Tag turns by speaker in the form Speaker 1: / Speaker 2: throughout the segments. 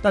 Speaker 1: 大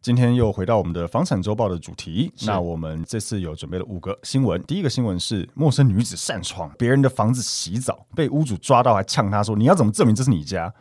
Speaker 2: 今天又回到我们的房产周报的主题。
Speaker 3: 是
Speaker 2: 那我们这次有准备了五个新闻。第一个新闻是陌生女子擅闯别人的房子洗澡，被屋主抓到，还呛他说：“你要怎么证明这是你家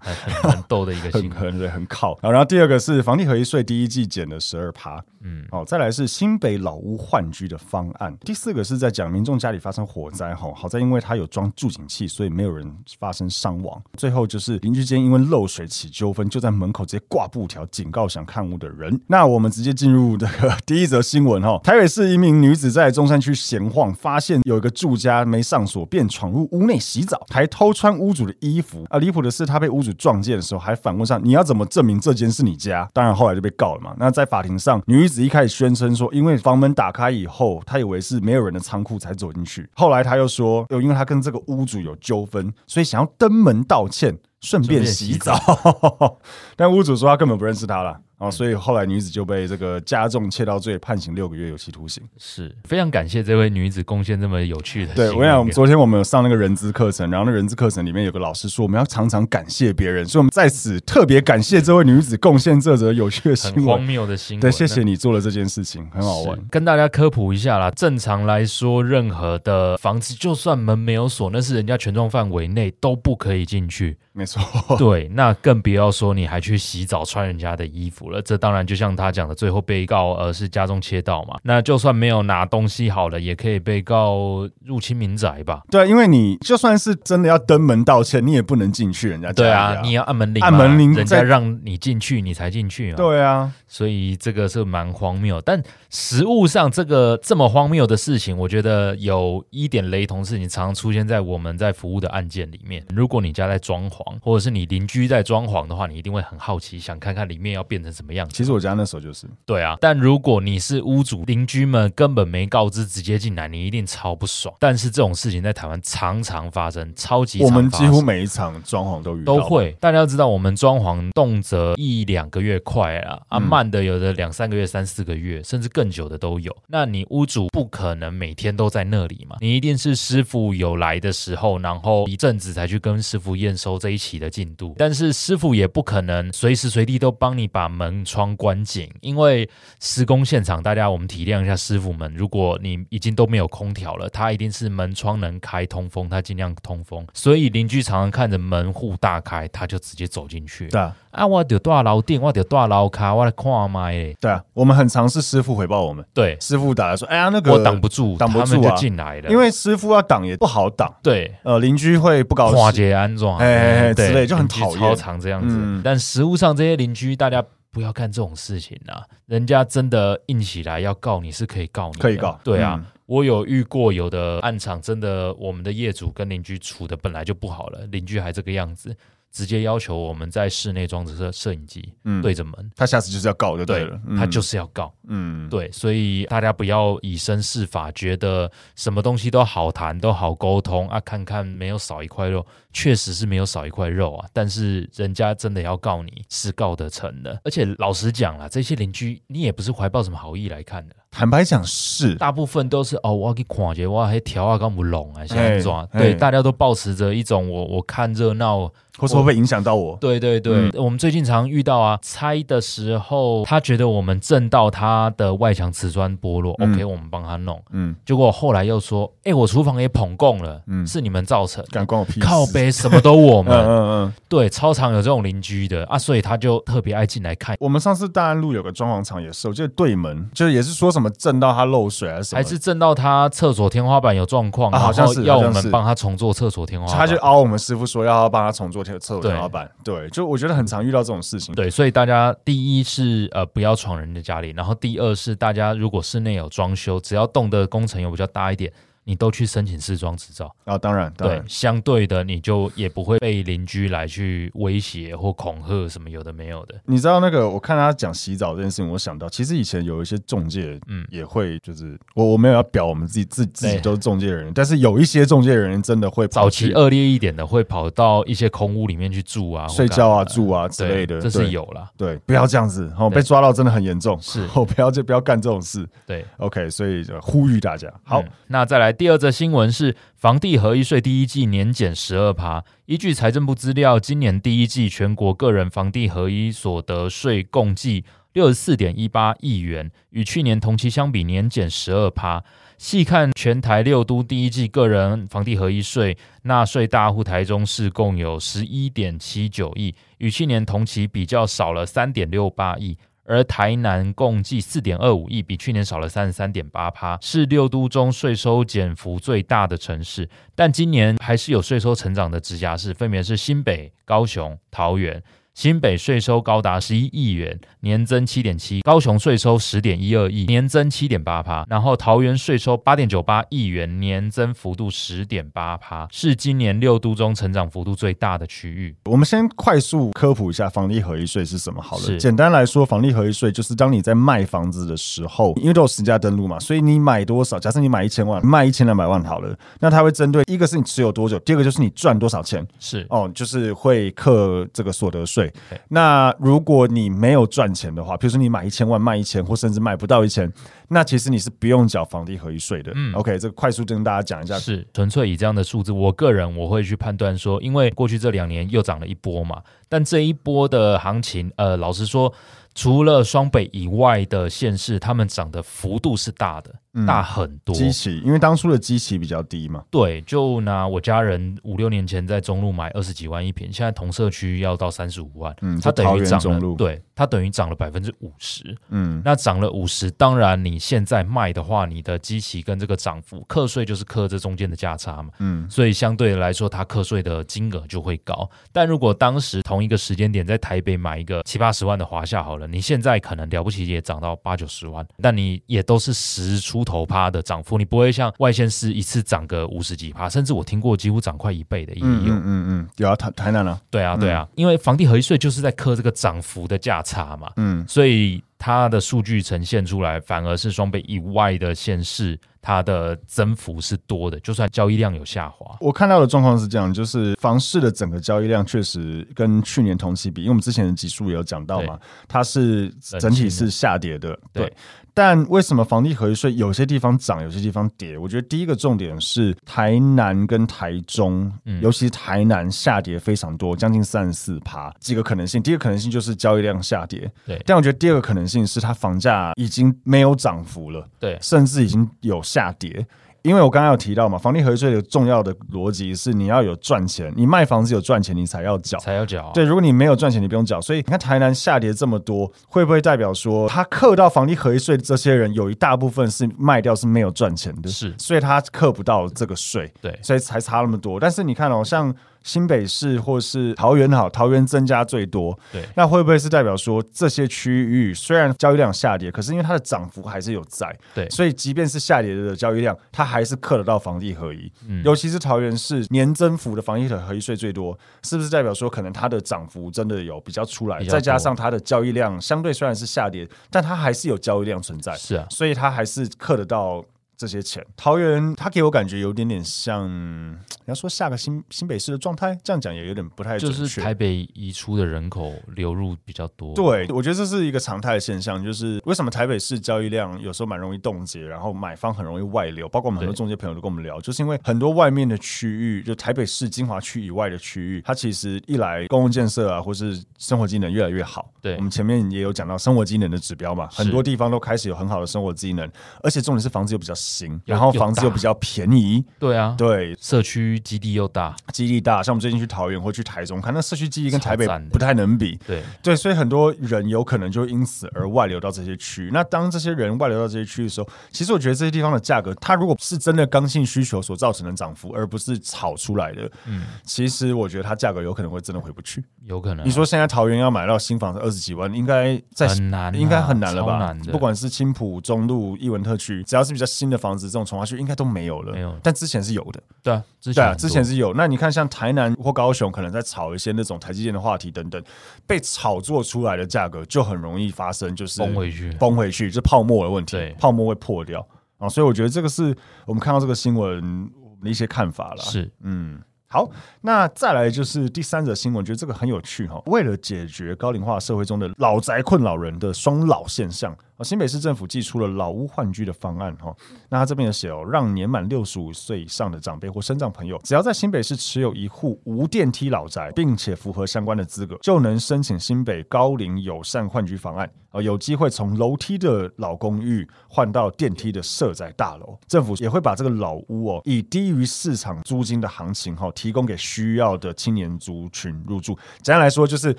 Speaker 3: 还很很逗的 一个？”
Speaker 2: 很
Speaker 3: 新闻。
Speaker 2: 很对，很靠。然后然后第二个是房地合一税第一季减了十二趴，
Speaker 3: 嗯，
Speaker 2: 哦，再来是新北老屋换居的方案。第四个是在讲民众家里发生火灾，哈，好在因为它有装助警器，所以没有人发生伤亡。最后就是邻居间因为漏水起纠纷，就在门口直接挂布条警告想看屋的人。那我们直接进入这个 第一则新闻哈，台北市一名女子在中山区闲晃，发现有一个住家没上锁，便闯入屋内洗澡，还偷穿屋主的衣服。啊，离谱的是，她被屋主撞见的时候，还反问上你要怎么证明这间是你家？当然后来就被告了嘛。那在法庭上，女子一开始宣称说，因为房门打开以后，她以为是没有人的仓库才走进去，后来她又说，哦又因为她跟这个屋主有纠纷，所以想要登门道歉。顺便洗澡， 但屋主说他根本不认识她了啊，所以后来女子就被这个加重窃盗罪判刑六个月有期徒刑。
Speaker 3: 是非常感谢这位女子贡献这么有趣的新
Speaker 2: 对，
Speaker 3: 闻给。
Speaker 2: 我跟你讲，我们昨天我们有上那个人资课程，然后那人资课程里面有个老师说，我们要常常感谢别人，所以我们在此特别感谢这位女子贡献这则有趣的
Speaker 3: 很
Speaker 2: 新
Speaker 3: 荒
Speaker 2: 闻。
Speaker 3: 谬的新闻，
Speaker 2: 对，谢谢你做哦了这件事情，很
Speaker 3: 那。
Speaker 2: 好玩
Speaker 3: 是。跟大家科普一下啦。正常来说，任何的房子，就算门没有锁，那是人家权状范围内都不可以进去。
Speaker 2: 没错，
Speaker 3: 对，那更不要说你还去洗澡穿人家的衣服了。这当然就像他讲的，最后被告呃是家中窃盗嘛。那就算没有拿东西好了，也可以被告入侵民宅吧？
Speaker 2: 对，因为你就算是真的要登门道歉，你也不能进去人家家
Speaker 3: 对
Speaker 2: 里
Speaker 3: 啊，你要按门铃嘛，
Speaker 2: 按门铃
Speaker 3: 人
Speaker 2: 再
Speaker 3: 家让你进去，你才进去啊。
Speaker 2: 对啊，
Speaker 3: 所以这个是蛮荒谬，但实物上这个这么荒谬的事情，我觉得有一点雷同，是你常常出现在我们在服务的案件里面。如果你家在装潢，或者是你邻居在装潢的话，你一定会很好奇，想看看里面要变成什么样子。
Speaker 2: 其实我家那时候就是，
Speaker 3: 对啊，但如果你是屋主，邻居们根本没告知，直接进来，你一定超不爽。但是这种事情在台湾常常发生，超级常
Speaker 2: 我们
Speaker 3: 发
Speaker 2: 几
Speaker 3: 生
Speaker 2: 乎每一场装潢都遇到，
Speaker 3: 都会。大家要知道，我们装潢动辄一两个月快啊，啊，
Speaker 2: 嗯
Speaker 3: 慢的有的两三个月、三四个月，甚至更久的都有。那你屋主不可能每天都在那里嘛，你一定是师傅有来的时候，然后一阵子才去跟师傅验收这一期的进度。但是师傅也不可能随时随地都帮你把门窗关紧，因为施工现场，大家我们体谅一下师傅们，如果你已经都没有空调了，它一定是门窗能开通风，它尽量通风。所以邻居常常看着门户大开，他就直接走进去。
Speaker 2: 对啊，
Speaker 3: 啊，我有大楼顶，我有大楼卡，我来看麦嘞。
Speaker 2: 对啊，我们很常是师傅回报我们，
Speaker 3: 对，
Speaker 2: 师傅打来说，哎呀，那个
Speaker 3: 我挡不住，
Speaker 2: 挡不
Speaker 3: 他们
Speaker 2: 住
Speaker 3: 就
Speaker 2: 啊，
Speaker 3: 进来了。
Speaker 2: 因为师傅要挡也不好挡，
Speaker 3: 对，
Speaker 2: 呃，邻居会不高
Speaker 3: 跨
Speaker 2: 兴。
Speaker 3: 界安装，啊
Speaker 2: 哎哎哎
Speaker 3: 对
Speaker 2: 之类就很讨厌
Speaker 3: 邻居超常这样子。
Speaker 2: 嗯
Speaker 3: 但实物上这些邻居，大家不要干这种事情啊！人家真的硬起来要告你是可以告你的，
Speaker 2: 可以告
Speaker 3: 对啊。
Speaker 2: 嗯
Speaker 3: 我有遇过有的暗场，真的我们的业主跟邻居处的本来就不好了，邻居还这个样子，直接要求我们在室内装着摄摄影机、
Speaker 2: 嗯
Speaker 3: 对着门，
Speaker 2: 他下次就是要告就对了，嗯
Speaker 3: 他就是要告。
Speaker 2: 嗯，
Speaker 3: 对，所以大家不要以身试法，觉得什么东西都好谈、都好沟通啊。看看没有少一块肉，确实是没有少一块肉啊。但是人家真的要告你，是告得成的。而且老实讲啦，这些邻居你也不是怀抱什么好意来看的，
Speaker 2: 坦白讲是，
Speaker 3: 大部分都是哦，我去看一下，我还条啊，刚不拢啊，现抓。
Speaker 2: 嘿
Speaker 3: 对，
Speaker 2: 嘿
Speaker 3: 大家都保持着一种我我看热闹，
Speaker 2: 或者说会影响到我。
Speaker 3: 对对
Speaker 2: 嗯
Speaker 3: 对，我们最近常遇到啊，拆的时候他觉得我们震到他的外墙瓷砖剥落、
Speaker 2: 嗯
Speaker 3: o k 我们帮他弄。
Speaker 2: 嗯，
Speaker 3: 结果后来又说，哎、我厨房也捧供了，
Speaker 2: 嗯
Speaker 3: 是你们造成的。
Speaker 2: 敢关我屁事？
Speaker 3: 靠背什么都我
Speaker 2: 嗯。 嗯
Speaker 3: 们，
Speaker 2: 嗯嗯，
Speaker 3: 对，超常有这种邻居的啊，所以他就特别爱进来看，
Speaker 2: 我们上次大安路有个装潢厂也是，我记得对门就是也是说什么震到它漏水还是什么，
Speaker 3: 还是震到他厕所天花板有状况，
Speaker 2: 啊好像
Speaker 3: 然后
Speaker 2: 是
Speaker 3: 要我
Speaker 2: 好像
Speaker 3: 们
Speaker 2: 是
Speaker 3: 帮他重做厕所天花板，
Speaker 2: 他就凹我们师傅说要帮他重做天厕所
Speaker 3: 对
Speaker 2: 天花板。对，就我觉得很常遇到这种事情。
Speaker 3: 对，所以大家第一是呃不要闯人的家里，然后第二是大家如果室内有装修，只要动的工程有比较大一点，你都去申请试装执照。
Speaker 2: 啊，当然，当
Speaker 3: 对
Speaker 2: 然，，
Speaker 3: 相对的，你就也不会被邻居来去威胁或恐吓什么有的没有的。
Speaker 2: 你知道那个，我看他讲洗澡这件事情，我想到其实以前有一些中介，嗯
Speaker 3: 嗯，
Speaker 2: 也会就是我我没有要表我们自己自自己
Speaker 3: 对
Speaker 2: 都是中介人员，但是有一些中介人员真的会跑
Speaker 3: 嗯早期啊
Speaker 2: 去
Speaker 3: 恶劣一点的，会跑到一些空屋里面去住啊，或
Speaker 2: 睡觉啊、
Speaker 3: 干嘛的
Speaker 2: 住啊之
Speaker 3: 对
Speaker 2: 类的，
Speaker 3: 这
Speaker 2: 对
Speaker 3: 是有啦。
Speaker 2: 对，不要这样子，哦，
Speaker 3: 对
Speaker 2: 被抓到真的很严重，
Speaker 3: 是
Speaker 2: 哦，不要就不要干这种事
Speaker 3: 对，
Speaker 2: ，OK，所以呃呼吁大家，好
Speaker 3: 嗯，那再来第二则新闻是房地合一税第一季年减十二趴。依据财政部资料，今年第一季全国个人房地合一所得税共计六十四点一八亿元，与去年同期相比年减十二趴。细看全台六都第一季个人房地合一税纳税大户，台中市共有十一点七九亿，与去年同期比较少了三点六八亿。而台南共计四点二五亿，比去年少了三十三点八趴，是六都中税收减幅最大的城市。但今年还是有税收成长的直辖市，分别是新北、高雄、桃园。新北税收高达十一亿元，年增七点七；高雄税收十点一二亿，年增七点八趴；然后桃园税收八点九八亿元，年增幅度十点八趴，是今年六都中成长幅度最大的区域。
Speaker 2: 我们先快速科普一下房地合一税是什么好了。
Speaker 3: 是
Speaker 2: 简单来说，房地合一税就是当你在卖房子的时候，因为都有实价登录嘛，所以你买多少，假设你买一千万，卖一千两百万好了，那它会针对一个是你持有多久，第二个就是你赚多少钱
Speaker 3: 是
Speaker 2: 哦，就是会课这个所得税
Speaker 3: 对。
Speaker 2: 那如果你没有赚钱的话，比如说你买一千万卖一千，或甚至卖不到一千，那其实你是不用缴房地合一税的。
Speaker 3: 嗯
Speaker 2: OK，这个快速跟大家讲一下。
Speaker 3: 是纯粹以这样的数字，我个人我会去判断说，因为过去这两年又涨了一波嘛，但这一波的行情，呃，老实说，除了双北以外的县市，他们涨的幅度是大的，大很多。
Speaker 2: 嗯基期，因为当初的基期比较低嘛，
Speaker 3: 对，就拿我家人五六年前在中路买二十几万一平，现在同社区要到三十五万，
Speaker 2: 嗯
Speaker 3: 它
Speaker 2: 在
Speaker 3: 等
Speaker 2: 桃
Speaker 3: 于
Speaker 2: 园
Speaker 3: 涨
Speaker 2: 中路
Speaker 3: 了，对，它等于涨了百分之五十。
Speaker 2: 嗯，
Speaker 3: 那涨了五十，当然你现在卖的话，你的基期跟这个涨幅，课税就是课这中间的价差嘛，
Speaker 2: 嗯
Speaker 3: 嗯，所以相对来说，它课税的金额就会高。但如果当时同一个时间点在台北买一个七八十万的华夏好了，你现在可能了不起也涨到八九十万，但你也都是十出头趴的涨幅，你不会像外县市一次涨个五十几趴，甚至我听过几乎涨快一倍的也有。
Speaker 2: 嗯嗯嗯嗯，有啊，台台南啊，
Speaker 3: 对啊，对啊，因为房地合一税就是在课这个涨幅的价差嘛，
Speaker 2: 嗯，
Speaker 3: 所以它的数据呈现出来，反而是双倍以外的县市，它的增幅是多的，就算交易量有下滑。
Speaker 2: 我看到的状况是这样，就是房市的整个交易量确实跟去年同期比，因为我们之前的集数也有讲到嘛，它是整体是下跌的，
Speaker 3: 对
Speaker 2: 对。但为什么房地合一税有些地方涨，有些地方跌？我觉得第一个重点是台南跟台中，
Speaker 3: 嗯
Speaker 2: 尤其台南下跌非常多，将近三十四趴。几个可能性，第一个可能性就是交易量下跌，
Speaker 3: 对
Speaker 2: 但我觉得第二个可能性是它房价已经没有涨幅了。
Speaker 3: 对，
Speaker 2: 甚至已经有下跌。因为我刚刚有提到嘛，房地合一税的重要的逻辑是你要有赚钱，你卖房子有赚钱，你才要缴。
Speaker 3: 才要缴、啊。
Speaker 2: 对，如果你没有赚钱，你不用缴。所以你看台南下跌这么多，会不会代表说他刻到房地合一税的这些人，有一大部分是卖掉是没有赚钱的，
Speaker 3: 是
Speaker 2: 所以他刻不到这个税，
Speaker 3: 对
Speaker 2: 所以才差那么多。但是你看哦，像新北市或是桃园好，桃园增加最多，
Speaker 3: 对
Speaker 2: 那会不会是代表说这些区域虽然交易量下跌，可是因为它的涨幅还是有在，
Speaker 3: 对
Speaker 2: 所以即便是下跌的交易量，它还是刻得到房地合一。
Speaker 3: 嗯
Speaker 2: 尤其是桃园市年增幅的房地合一税最多，是不是代表说可能它的涨幅真的有比较出来？
Speaker 3: 比较多
Speaker 2: 再加上它的交易量相对虽然是下跌，但它还是有交易量存在，
Speaker 3: 是啊，
Speaker 2: 所以它还是刻得到。这些钱，桃园它给我感觉有点点像，你要说下个新新北市的状态，这样讲也有点不太准
Speaker 3: 就
Speaker 2: 确。
Speaker 3: 是台北移出的人口流入比较多。
Speaker 2: 对，我觉得这是一个常态的现象，就是为什么台北市交易量有时候蛮容易冻结，然后买方很容易外流，包括我们很多
Speaker 3: 对
Speaker 2: 中介朋友都跟我们聊，就是因为很多外面的区域，就台北市精华区以外的区域，它其实一来公共建设啊，或是生活机能越来越好。
Speaker 3: 对
Speaker 2: 我们前面也有讲到生活机能的指标嘛，
Speaker 3: 是
Speaker 2: 很多地方都开始有很好的生活机能，而且重点是房子又比较新，
Speaker 3: 又
Speaker 2: 然后
Speaker 3: 又
Speaker 2: 房子又
Speaker 3: 大
Speaker 2: 比较便宜，
Speaker 3: 对啊，
Speaker 2: 对，
Speaker 3: 社区基地又大，
Speaker 2: 基地大。像我们最近去桃园或去台中看，那社区基地跟
Speaker 3: 超
Speaker 2: 台北
Speaker 3: 赞的
Speaker 2: 不太能比，
Speaker 3: 对
Speaker 2: 对，所以很多人有可能就因此而外流到这些区。那当这些人外流到这些区的时候，其实我觉得这些地方的价格，它如果是真的刚性需求所造成的涨幅，而不是炒出来的，嗯，其实我觉得它价格有可能会真的回不去。
Speaker 3: 有可能啊、
Speaker 2: 你说现在桃园要买到新房子二十几万，应该在。
Speaker 3: 很难啊、
Speaker 2: 应该很难了吧？
Speaker 3: 超难的
Speaker 2: 不管是青浦中路、艺文特区，只要是比较新的的房子这种从化区应该都没有了，
Speaker 3: 没有
Speaker 2: 但之前是有的，
Speaker 3: 对啊，之
Speaker 2: 对
Speaker 3: 前
Speaker 2: 啊，
Speaker 3: 很多
Speaker 2: 之前是有。那你看，像台南或高雄，可能在炒一些那种台积电的话题等等，被炒作出来的价格就很容易发生，就是
Speaker 3: 崩回去
Speaker 2: 崩回去，就是泡沫的问题
Speaker 3: 对，
Speaker 2: 泡沫会破掉啊。所以我觉得这个是我们看到这个新闻我们的一些看法啦。
Speaker 3: 是
Speaker 2: 嗯，好，那再来就是第三则新闻，我觉得这个很有趣哈、为了解决高龄化社会中的老宅困扰人的双老现象，啊，新北市政府寄出了老屋换居的方案哈、那他这边有写哦，让年满六十五岁以上的长辈或身障朋友，只要在新北市持有一户无电梯老宅，并且符合相关的资格，就能申请新北高龄友善换居方案，啊，有机会从楼梯的老公寓换到电梯的社宅大楼。政府也会把这个老屋哦，以低于市场租金的行情哈、哦，提供给需要的青年族群入住。简单来说，就是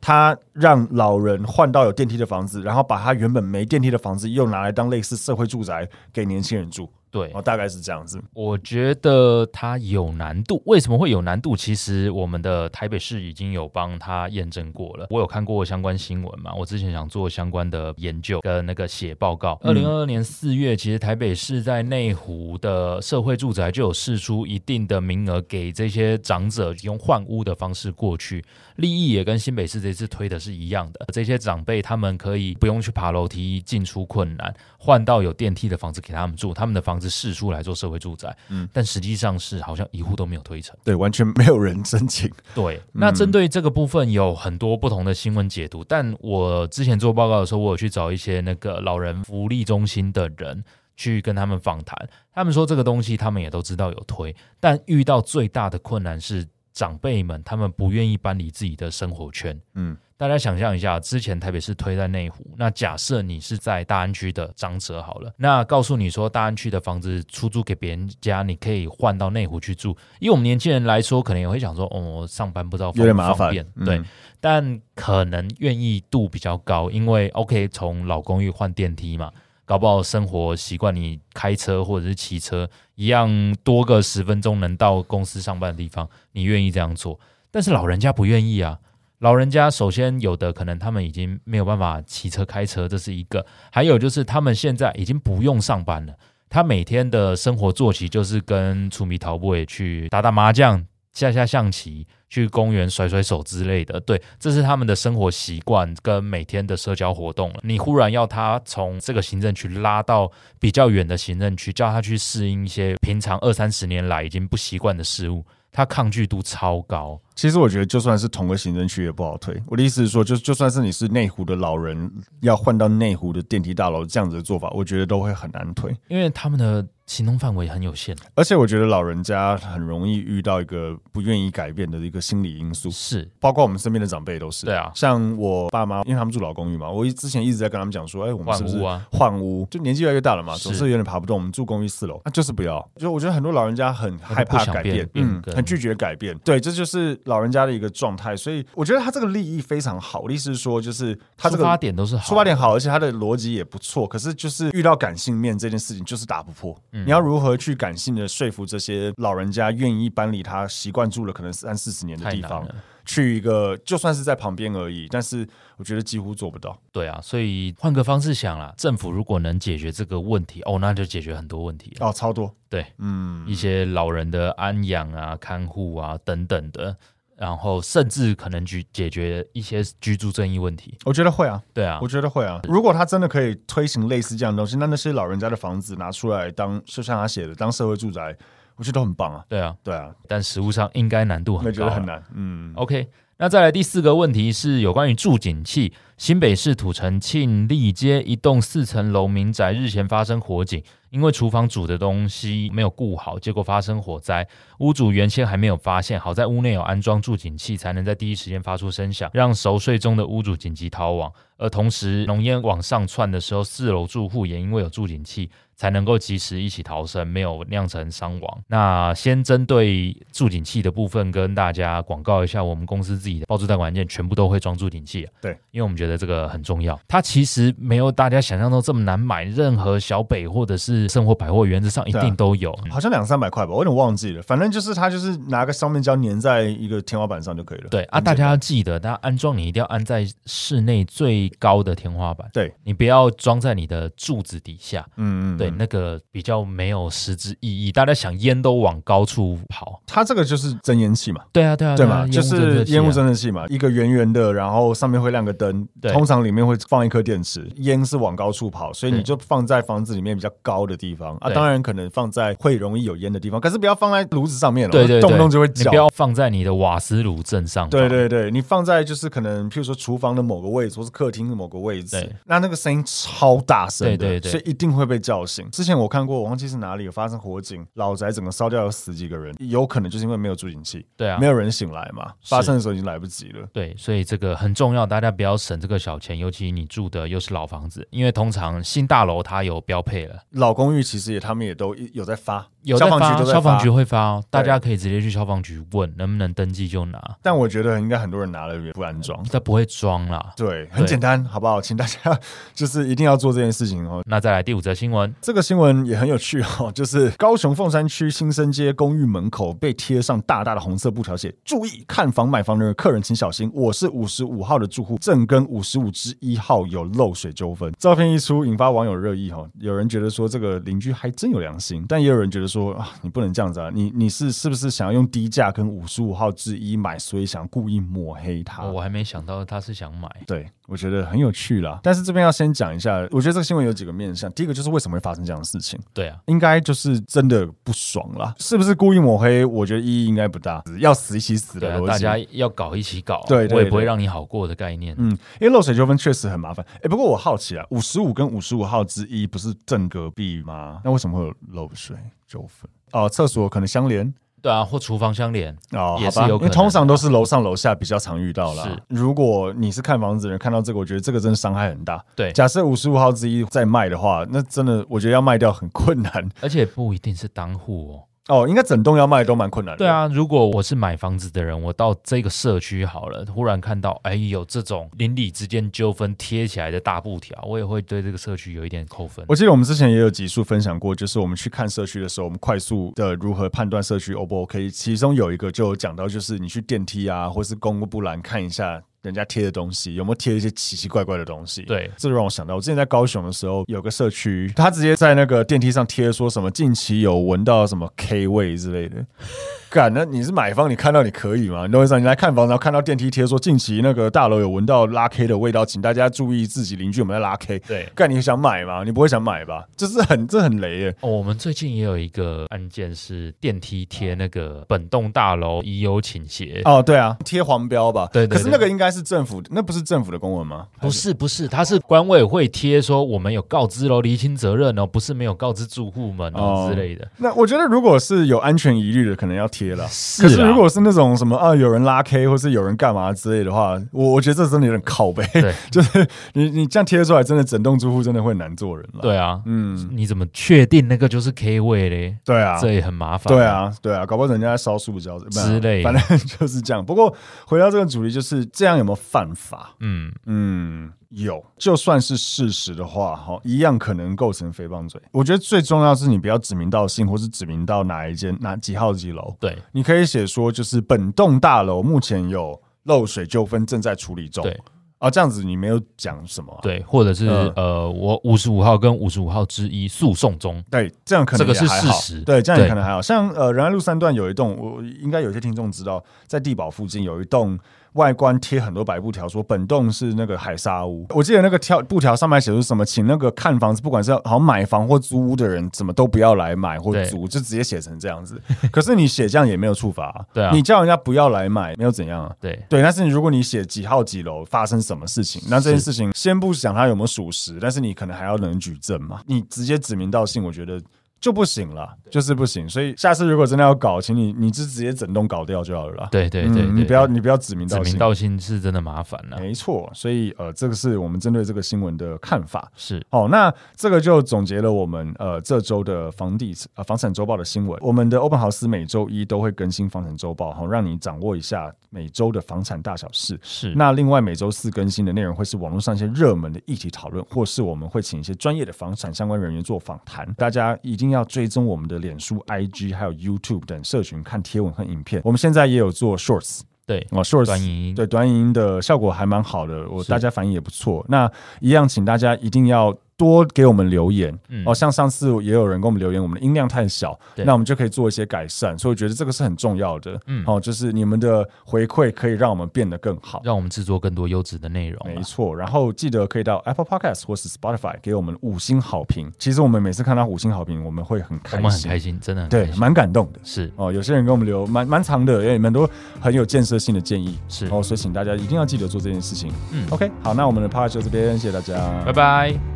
Speaker 2: 他让老人换到有电梯的房子，然后把他原本没电梯的房子又拿来当类似社会住宅给年轻人住。
Speaker 3: 对
Speaker 2: 哦，，大概是这样子。
Speaker 3: 我觉得它有难度。为什么会有难度？其实我们的台北市已经有帮它验证过了。我有看过相关新闻嘛，我之前想做相关的研究跟那个写报告。二零二二年四月，其实台北市在内湖的社会住宅就有释出一定的名额给这些长者用换屋的方式过去，利益也跟新北市这次推的是一样的。这些长辈他们可以不用去爬楼梯进出困难，换到有电梯的房子给他们住，他们的房子释出来做社会住宅，嗯，但实际上是好像一户都没有推成。
Speaker 2: 对，完全没有人申请。
Speaker 3: 对，嗯那针对这个部分有很多不同的新闻解读，但我之前做报告的时候，我有去找一些那个老人福利中心的人去跟他们访谈，他们说这个东西他们也都知道有推，但遇到最大的困难是长辈们他们不愿意搬离自己的生活圈，
Speaker 2: 嗯，
Speaker 3: 大家想象一下，之前台北市推在内湖，那假设你是在大安区的长者好了，那告诉你说大安区的房子出租给别人家，你可以换到内湖去住。以我们年轻人来说，可能也会想说，哦，我上班不知道方
Speaker 2: 有点麻
Speaker 3: 方
Speaker 2: 烦
Speaker 3: 便，
Speaker 2: 嗯
Speaker 3: 对，但可能愿意度比较高，因为 OK 从老公寓换电梯嘛，搞不好生活习惯你开车或者是骑车一样多个十分钟能到公司上班的地方，你愿意这样做，但是老人家不愿意啊。老人家首先有的可能他们已经没有办法骑车开车，这是一个；还有就是他们现在已经不用上班了，他每天的生活作息就是跟出米陶布也去打打麻将、下下象棋、去公园甩甩手之类的。对，这是他们的生活习惯跟每天的社交活动了。你忽然要他从这个行政区拉到比较远的行政区，叫他去适应一些平常二三十年来已经不习惯的事物，他抗拒度超高。
Speaker 2: 其实我觉得，就算是同个行政区也不好推。我的意思是说，就就算是你是内湖的老人，要换到内湖的电梯大楼这样子的做法，我觉得都会很难推。
Speaker 3: 因为他们的行动范围很有限。
Speaker 2: 而且我觉得老人家很容易遇到一个不愿意改变的一个心理因素，
Speaker 3: 是，
Speaker 2: 包括我们身边的长辈都是。
Speaker 3: 对啊
Speaker 2: 像我爸妈，因为他们住老公寓嘛，我一之前一直在跟他们讲说，哎，我们
Speaker 3: 换
Speaker 2: 是不是
Speaker 3: 屋啊
Speaker 2: 换屋？就年纪越来越大了嘛，
Speaker 3: 是
Speaker 2: 总是有点爬不动。我们住公寓四楼，那啊就是不要。就我觉得很多老人家很害怕
Speaker 3: 不想
Speaker 2: 改
Speaker 3: 变
Speaker 2: 变，
Speaker 3: 变
Speaker 2: 嗯，
Speaker 3: 更
Speaker 2: 很拒绝改变。对，这就是老人家的一个状态。所以我觉得他这个利益非常好，我的意思是说，就是他这
Speaker 3: 出发
Speaker 2: 个。
Speaker 3: 点都是好，
Speaker 2: 出发点好，而且他的逻辑也不错，可是就是遇到感性面这件事情就是打不破。
Speaker 3: 嗯
Speaker 2: 你要如何去感性的说服这些老人家愿意搬离他习惯住了可能三四十年的
Speaker 3: 太
Speaker 2: 地
Speaker 3: 难
Speaker 2: 方，
Speaker 3: 了。
Speaker 2: 去一个就算是在旁边而已，但是我觉得几乎做不到。
Speaker 3: 对啊，所以换个方式想啦，政府如果能解决这个问题，哦，那就解决很多问题了。
Speaker 2: 哦，超多，
Speaker 3: 对，
Speaker 2: 嗯，
Speaker 3: 一些老人的安养啊、看护啊等等的，然后甚至可能去解决一些居住正义问题。
Speaker 2: 我觉得会啊，
Speaker 3: 对啊
Speaker 2: 我，觉得会啊。如果他真的可以推行类似这样的东西，那那些老人家的房子拿出来当，就像他写的，当社会住宅，我觉得都很棒啊。
Speaker 3: 对啊，
Speaker 2: 对啊，
Speaker 3: 但实物上应该难度
Speaker 2: 我
Speaker 3: 很
Speaker 2: 觉
Speaker 3: 高
Speaker 2: 得
Speaker 3: 啊，
Speaker 2: 很难。嗯，
Speaker 3: OK，那再来第四个问题是有关于住景气。新北市土城庆利街一栋四层楼民宅日前发生火警，因为厨房煮的东西没有顾好，结果发生火灾。屋主原先还没有发现，好在屋内有哦安装住警器，才能在第一时间发出声响，让熟睡中的屋主紧急逃亡。而同时，浓烟往上窜的时候，四楼住户也因为有住警器，才能够及时一起逃生，没有酿成伤亡。那先针对助警器的部分，跟大家广告一下，我们公司自己的包租贷款案件全部都会装助警器、
Speaker 2: 对，
Speaker 3: 因为我们觉得这个很重要。它其实没有大家想象中这么难买，任何小北或者是生活百货，原则上一
Speaker 2: 对啊
Speaker 3: 定都有。
Speaker 2: 好像两三百块吧，我有点忘记了。反正就是它就是拿个双面胶粘在一个天花板上就可以了。
Speaker 3: 对啊，
Speaker 2: 很简单
Speaker 3: 大家要记得，大家安装你一定要安在室内最高的天花板，
Speaker 2: 对
Speaker 3: 你不要装在你的柱子底下，
Speaker 2: 嗯嗯，嗯
Speaker 3: 对，那个比较没有实质意义。大家想烟都往高处跑，
Speaker 2: 它这个就是增烟器嘛，
Speaker 3: 对啊，对啊，
Speaker 2: 对
Speaker 3: 啊
Speaker 2: 嘛，就是
Speaker 3: 烟
Speaker 2: 烟
Speaker 3: 雾
Speaker 2: 雾
Speaker 3: 侦测器啊
Speaker 2: 侦测器嘛，一个圆圆的，然后上面会亮个灯，
Speaker 3: 对
Speaker 2: 通常里面会放一颗电池。烟是往高处跑，所以
Speaker 3: 对
Speaker 2: 你就放在房子里面比较高的地方啊，
Speaker 3: 对
Speaker 2: 当然可能放在会容易有烟的地方，可是不要放在炉子上面了，哦
Speaker 3: 对对对，
Speaker 2: 动不动就会
Speaker 3: 你
Speaker 2: 焦
Speaker 3: 啊不。要放在你的瓦斯炉正上方，
Speaker 2: 对对对，你放在就是可能，譬如说厨房的某个位置，或是客厅的某个位置
Speaker 3: 对，
Speaker 2: 那那个声音超大声的，
Speaker 3: 对对对
Speaker 2: 所以一定会被叫醒。之前我看过，我忘记是哪里有发生火警，老宅整个烧掉有十几个人，有可能就是因为没有助警器，
Speaker 3: 对啊
Speaker 2: 没。有人醒来嘛，
Speaker 3: 是
Speaker 2: 发生的时候已经来不及了。
Speaker 3: 对，所以这个很重要，大家不要省这个小钱，尤其你住的又是老房子，因为通常新大楼它有标配了，
Speaker 2: 老公寓其实也他们也都有在发，
Speaker 3: 有在
Speaker 2: 消防
Speaker 3: 发，
Speaker 2: 局都在
Speaker 3: 消
Speaker 2: 发
Speaker 3: 防局。会发哦，大
Speaker 2: 对
Speaker 3: 家可以直接去消防局问能不能登记就拿，
Speaker 2: 但我觉得应该很多人拿了也不安装，
Speaker 3: 它不会装啦。
Speaker 2: 对，很简单，好不好？请大家 就是一定要做这件事情哦。
Speaker 3: 那再来第五则新闻，
Speaker 2: 这个新闻也很有趣哦， 就是高雄凤山区新生街公寓门口被贴上大大的红色布条，写“注意看房买房的客人请小心，我是五十五号的住户，正跟五十五之一号有漏水纠纷”。照片一出，引发网友热议哈、哦，有人觉得说这个邻居还真有良心，但也有人觉得说啊，你不能这样子啊，你你是是不是想要用低价跟五十五号之一买，所以想故意抹黑他？
Speaker 3: 哦我还没想到他是想买，
Speaker 2: 对，我觉得很有趣啦。但是这边要先讲一下，我觉得这个新闻有几个面向。第一个就是为什么会发生这样的事情，
Speaker 3: 对啊，
Speaker 2: 应该就是真的不爽啦，是不是故意抹黑？我觉得意义应该不大，要死一起死
Speaker 3: 对
Speaker 2: 的
Speaker 3: 啊，
Speaker 2: 逻辑。
Speaker 3: 大家要搞一起搞，
Speaker 2: 对对
Speaker 3: 我也不会
Speaker 2: 对
Speaker 3: 让你好过的概念，
Speaker 2: 嗯，因为漏水纠纷确实很麻烦。哎、不过我好奇啊，五十五跟五十五号之一不是正隔壁吗？那为什么会有漏水纠纷？哦，厕所可能相连。
Speaker 3: 对啊，或厨房相连，
Speaker 2: 哦，
Speaker 3: 也
Speaker 2: 好
Speaker 3: 是
Speaker 2: 吧，
Speaker 3: 有
Speaker 2: 因
Speaker 3: 可能
Speaker 2: 为
Speaker 3: 的
Speaker 2: 通常都是楼上楼下比较常遇到啦
Speaker 3: 是。
Speaker 2: 如果你是看房子的人看到这个，我觉得这个真的伤害很大。
Speaker 3: 对，
Speaker 2: 假设五十五号之一再卖的话，那真的我觉得要卖掉很困难
Speaker 3: 而且不一定是当户哦，
Speaker 2: 哦，应该整栋要卖都蛮困难的。
Speaker 3: 对，啊，如果我是买房子的人，我到这个社区好了，忽然看到哎有这种邻里之间纠纷贴起来的大布条，我也会对这个社区有一点扣分。
Speaker 2: 我记得我们之前也有集数分享过，就是我们去看社区的时候，我们快速的如何判断社区 O 不 OK。其中有一个就有讲到，就是你去电梯啊，或是公共布栏看一下人家贴的东西有没有贴一些奇奇怪怪的东西。
Speaker 3: 对
Speaker 2: 这就让我想到，我之前在高雄的时候，有个社区，他直接在那个电梯上贴说什么近期有闻到什么 K 味之类的。 干，那你是买方，你看到你可以吗？你懂我意思吗？你来看房，然后看到电梯贴说近期那个大楼有闻到拉 K 的味道，请大家注意自己邻居有没有在拉 K。
Speaker 3: 对
Speaker 2: 干你想买吗？你不会想买吧？这是很这很雷耶。
Speaker 3: 哦，我们最近也有一个案件是电梯贴那个本栋大楼已有倾斜。
Speaker 2: 哦，对啊，贴黄标吧。
Speaker 3: 对对对
Speaker 2: 可是那个应该是政府，那不是政府的公文吗？
Speaker 3: 不是不是，它是管委会贴说我们有告知喽，厘清责任哦，不是没有告知住户们哦
Speaker 2: 哦
Speaker 3: 之类的。
Speaker 2: 那我觉得，如果是有安全疑虑的，可能要贴了。
Speaker 3: 是啊
Speaker 2: 可
Speaker 3: 啦
Speaker 2: 是如果是那种什么啊，有人拉 K 或是有人干嘛之类的话，我我觉得这真的有点靠背。
Speaker 3: 对
Speaker 2: 就是你你这样贴出来，真的整栋住户真的会难做人了。
Speaker 3: 对啊，
Speaker 2: 嗯，
Speaker 3: 你怎么确定那个就是 K 位嘞？
Speaker 2: 对啊，
Speaker 3: 这也很麻烦。
Speaker 2: 对，啊，对啊，搞不好人家在烧塑胶不然
Speaker 3: 之类的
Speaker 2: 啊反正就是这样。不过回到这个主题，就是这样有没有犯法？
Speaker 3: 嗯，
Speaker 2: 嗯，有，就算是事实的话，哈，一样可能构成诽谤罪。我觉得最重要是你不要指名道姓，或是指名到哪一间、哪几号几楼，
Speaker 3: 对
Speaker 2: 你可以写说，就是本栋大楼目前有漏水纠纷，正在处理中。
Speaker 3: 对，
Speaker 2: 啊，这样子你没有讲什么啊、
Speaker 3: 对，或者是、
Speaker 2: 嗯
Speaker 3: 呃，我五十五号跟五十五号之一诉讼中，
Speaker 2: 对，这样可能
Speaker 3: 嗯这个是
Speaker 2: 也还好
Speaker 3: 事实
Speaker 2: 对，这样也
Speaker 3: 对
Speaker 2: 可能还好。像呃，仁爱路三段有一栋，我应该有些听众知道，在地堡附近有一栋外观贴很多白布条，说本栋是那个海沙屋。我记得那个条布条上面还写出什么，请那个看房子，不管是好像买房或租屋的人，怎么都不要来买或
Speaker 3: 对
Speaker 2: 租，就直接写成这样子。可是你写这样也没有处罚、
Speaker 3: 对啊
Speaker 2: 你叫人家不要来买，没有怎样啊。
Speaker 3: 对
Speaker 2: 对，但是如果你写几号几楼发生什么事情，那这件事情先不讲它有没有属实，但是你可能还要能举证嘛。你直接指名道姓，我觉得就不行了，就是不行。所以下次如果真的要搞，请你你就直接整栋搞掉就好了啦。
Speaker 3: 对对对
Speaker 2: 嗯
Speaker 3: 对，
Speaker 2: 你不要你不要指名
Speaker 3: 指
Speaker 2: 道
Speaker 3: 名
Speaker 2: 姓。
Speaker 3: 道姓是真的麻烦啊了、
Speaker 2: 没错，所以呃，这个是我们针对这个新闻的看法。
Speaker 3: 是
Speaker 2: 好，那这个就总结了我们呃这周的房地呃房产周报的新闻。我们的 Open House 每周一都会更新房产周报，好、让你掌握一下每周的房产大小事。
Speaker 3: 是，
Speaker 2: 那另外每周四更新的内容会是网络上一些热门的议题讨论，或是我们会请一些专业的房产相关人员做访谈。大家一定要追踪我们的脸书、IG 还有 YouTube 等社群，看贴文和影片。我们现在也有做 Shorts
Speaker 3: 对
Speaker 2: 哦，Shorts
Speaker 3: 短影音
Speaker 2: 对短影音的效果还蛮好的，我
Speaker 3: 是
Speaker 2: 大家反应也不错。那一样，请大家一定要。多给我们留言、
Speaker 3: 嗯
Speaker 2: 哦，像上次也有人给我们留言，我们的音量太小，
Speaker 3: 对
Speaker 2: 那我们就可以做一些改善，所以我觉得这个是很重要的。
Speaker 3: 嗯
Speaker 2: 哦，就是你们的回馈可以让我们变得更好。
Speaker 3: 让我们制作更多优质的内容啊
Speaker 2: 没
Speaker 3: 嘛。
Speaker 2: 错，然后记得可以到 Apple Podcast 或是 Spotify 给我们五星好评。其实我们每次看到五星好评，我们会很开心，
Speaker 3: 我们很开心，真的很
Speaker 2: 对
Speaker 3: 开，心。
Speaker 2: 蛮感动的。
Speaker 3: 是
Speaker 2: 哦，有些人给我们留蛮蛮长的，也蛮多很有建设性的建议，
Speaker 3: 是
Speaker 2: 哦，所以请大家一定要记得做这件事情。
Speaker 3: 嗯
Speaker 2: ，OK，好，那我们的 podcast 就这边，谢谢大家，
Speaker 3: 拜拜。